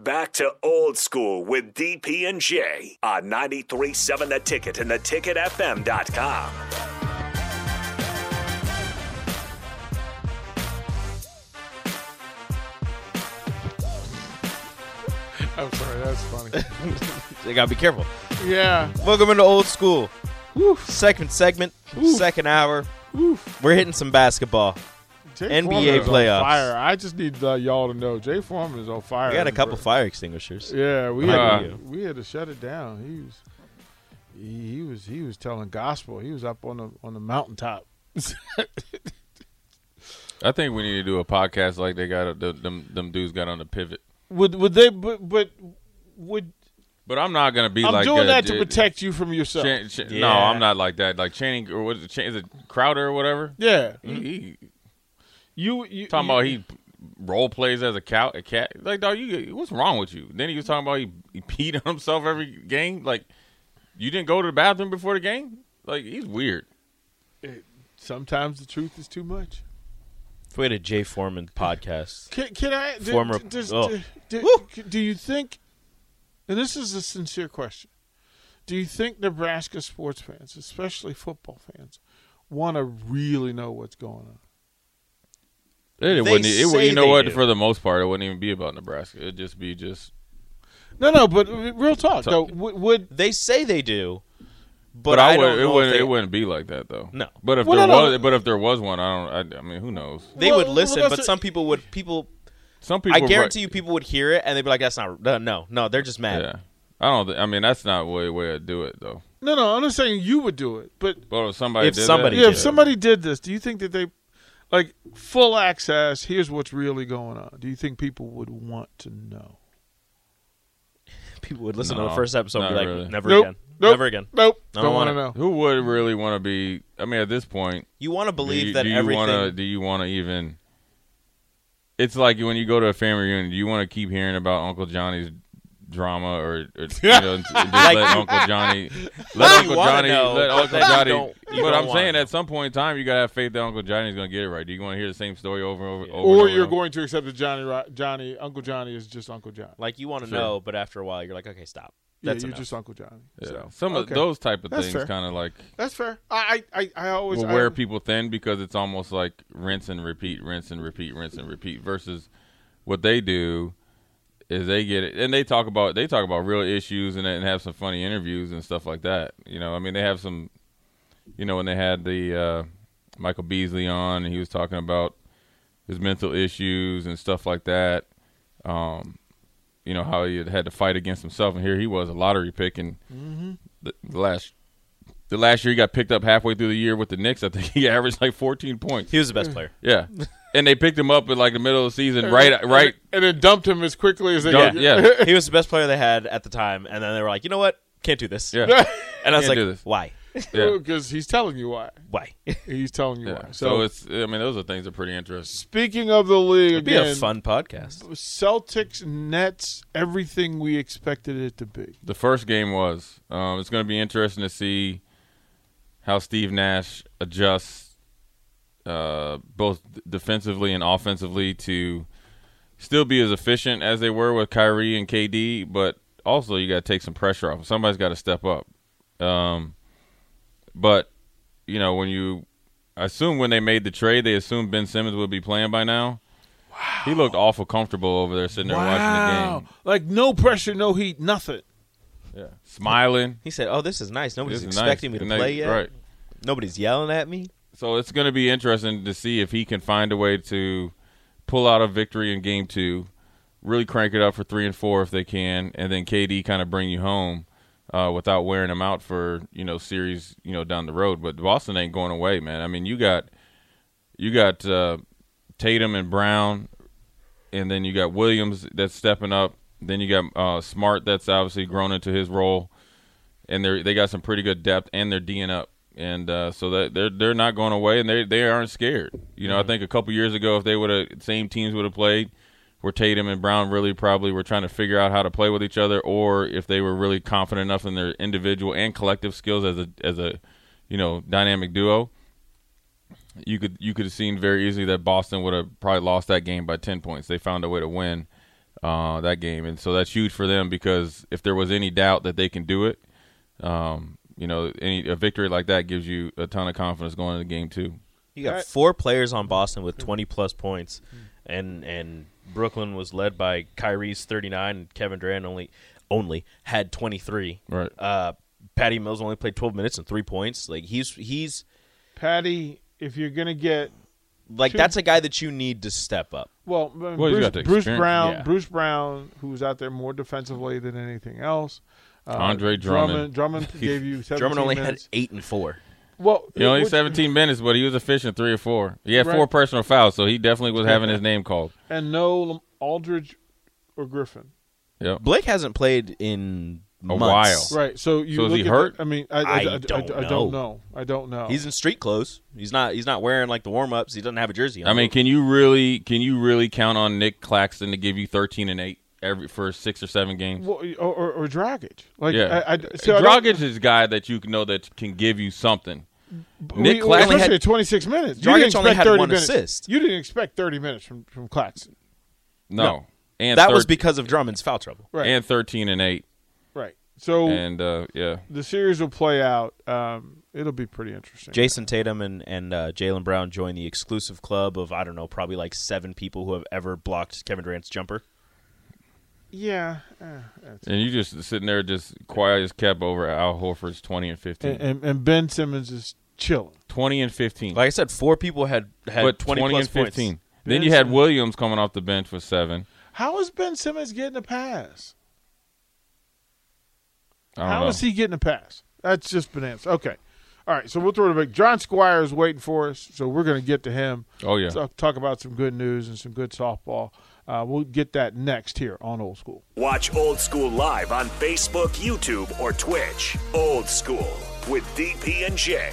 Back to old school with DP and J on 937 the ticket and the ticketfm.com. I'm sorry, that's funny. They gotta be careful. yeah. Welcome into old school. Second segment, second hour. We're hitting some basketball. Jay NBA Foreman is on playoffs. Fire. I just need uh, y'all to know Jay Foreman is on fire. We got a couple Bro. fire extinguishers. Yeah, we Like had, you. we had to shut it down. He was he, he was he was telling gospel. He was up on the on the mountaintop. I think we need to do a podcast like they got the, them them dudes got on the pivot. Would would they? But, but would But I'm not gonna be I'm like uh, doing the- that to the- protect you from yourself? Chan- Chan- No, Yeah. I'm not like that. Like Channing or what is it? Chan- is it Crowder or whatever? yeah, Mm-hmm. He, he- you you Hmm? talking you- about he role plays as a cow a cat. Like dog, you what's wrong with you? Then he was talking about he, he peed on himself every game. Like you didn't go to the bathroom before the game. Like he's weird. Sometimes the truth is too much. If we had a Jay Foreman podcast. Can, can I? Do, Former- d- does- oh. d- d- Woo. c- do you think? And this is a sincere question. Do you think Nebraska sports fans, especially football fans, want to really know what's going on? It, They wouldn't. e, It, would- say you know they what? do. For the most part, it wouldn't even be about Nebraska. It'd just be just. No, no, but uh, real talk. Though, Talk. would, would They say they do, but, But, I, I, would. don't It know if wouldn't. they, It wouldn't be like that though. No. But if Well, there no, no, was, no. but if there was one, I don't. I, I mean, who knows? They Well, would well, listen, that's but a- some people would people. Some I people. guarantee you, people would hear it and they'd be like, "That's not no, no, no." They're just mad. Yeah. I don't. Th- I mean, that's not way way to do it though. no, no. I'm not saying you would do it, but But if somebody. If did somebody That, yeah, if did. somebody did this, do you think that they, like, full access? Here's what's really going on. Do you think people would want to know? People would listen to the No, first episode and be not like, really. "Never Nope. again, Nope. never again." Nope. I don't want wanna- to know. Who would really want to be? I mean, at this point, You want to believe do you, that do you everything? Wanna, do you want to even? It's like when you go to a family reunion. Do you want to keep hearing about Uncle John's drama, or, or you know, and just let Uncle Johnny let you Uncle wanna Johnny know, let but Uncle then you Johnny? don't- you but don't I'm wanna saying know. at some point in time, you gotta have faith that Uncle Johnny's gonna get it right. Do you want to hear the same story over and over? over and Or over you're and going to accept that Johnny, Ro- Johnny, Uncle Johnny is just Uncle John. Like you want to Sure. know, but after a while, you're like, "Okay, stop." Yeah, That's you're enough. just Uncle Johnny. over? Yeah. So Some okay. of those type of That's things fair. kind of like that's fair. I I I, I always will I- wear people thin because it's almost like rinse and repeat, rinse and repeat, rinse and repeat. Versus what they do is they get it and they talk about they talk about real issues and, and have some funny interviews and stuff like that. You know, I mean they have some. You know, when they had the uh, Michael Beasley on, and he was talking about his mental issues and stuff like that. Um, you know how he had, had to fight against himself, and here he was a lottery pick, and the, the last the last year he got picked up halfway through the year with the Knicks. I think he averaged like 14 points. He was the best player. Yeah, and they picked him up in like the middle of the season, right? Right? and then dumped him as quickly as they Yeah, could. yeah. he was the best player they had at the time, and then they were like, "You know what? Can't do this." yeah. And I was Can't do like, this. "Why?" Yeah. because he's telling you why. Why? He's telling you why. Yeah. So, So it's. I mean, those are things that are pretty interesting. speaking of the league, It'd be again, a fun podcast. Celtics, Nets, everything we expected it to be. The first game was. Um, it's going to be interesting to see how Steve Nash adjusts uh, both defensively and offensively to still be as efficient as they were with Kyrie and KD, but also you got to take some pressure off. Somebody's got to step up. Um, but you know when you I assume when they made the trade, they assumed Ben Simmons would be playing by now. He looked awful comfortable over there sitting there watching the game, Like no pressure, no heat, nothing. smiling. He said, "Oh, this is nice. Nobody's This is nice. expecting me And to they- play yet. Right. Nobody's yelling at me." So it's going to be interesting to see if he can find a way to pull out a victory in game two, really crank it up for three and four if they can, and then KD kind of bring you home uh, without wearing them out for you know series you know down the road. But Boston ain't going away, man. I mean, you got you got uh, Tatum and Brown, and then you got Williams that's stepping up. Then you got uh, Smart that's obviously grown into his role and they they got some pretty good depth, and they're D'ing up, and uh, so that they're they're not going away, and they they aren't scared. You know, I think a couple years ago, if they would have same teams would have played, where Tatum and Brown really probably were trying to figure out how to play with each other, or if they were really confident enough in their individual and collective skills as a as a you know dynamic duo, you could you could have seen very easily that Boston would have probably lost that game by ten points. They found a way to win. Uh, that game, and so that's huge for them because if there was any doubt that they can do it, um, you know, any a victory like that gives you a ton of confidence going into game two. You got Alright. four players on Boston with 20 plus points, and and Brooklyn was led by Kyrie's 39, and Kevin Durant only only had 23. Right. Uh, Patty Mills only played 12 minutes and three points. Like he's he's Patty, if you're gonna get like Two- that's a guy that you need to step up. well, Well, he's Bruce, got the Bruce experience. Brown, Yeah. Bruce Brown, who's out there more defensively than anything else. Uh, Andre Drummond. Drummond, gave you 17 Drummond only minutes. had eight and four. Well, You know, he's which- 17 minutes, but he was efficient three or four. He had four Right. personal fouls, so he definitely was having his name called. and no Lam- Aldridge or Griffin. Yep. Blake hasn't played in A months. Right. So you So is look he at the- hurt? I mean, I, I, I I- I- don't I know. don't know. I don't know. He's in street clothes. He's not he's not wearing like the warm ups. He doesn't have a jersey. On. I mean, can you really can you really count on Nick Claxton to give you 13 and eight every for six or seven games? well, or, or, or Dragic. Like yeah, I, I, so I don't- Dragic is a guy that you know that can give you something. we- Nick we- Claxton especially had- at 26 minutes. You Dragic didn't only expect had 30 one minutes. assist. You didn't expect 30 minutes from from Claxton. No, and that was thir- because of Drummond's foul trouble. Right. and 13 and eight, right. So and uh, yeah, the series will play out. Um, it'll be pretty interesting. Jason Tatum and and uh, Jalen Brown joined the exclusive club of I don't know, probably like seven people who have ever blocked Kevin Durant's jumper. yeah. eh, that's- and you just sitting there just quiet as kept over Al Horford's 20 and 15. and, and, and Ben Simmons is chilling. 20 and 15. Like I said, four people had had but 20, 20, plus and 15. points. Then you had Williams coming off the bench with seven. How is Ben Simmons getting a pass? I How don't is know. he getting a pass? That's just bananas. Okay. All right. So we'll throw it back. John Squire is waiting for us, so we're going to get to him. oh yeah, Talk, talk about some good news and some good softball. Uh, we'll get that next here on Old School. Watch Old School live on Facebook, YouTube, or Twitch. Old School with DP and J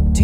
to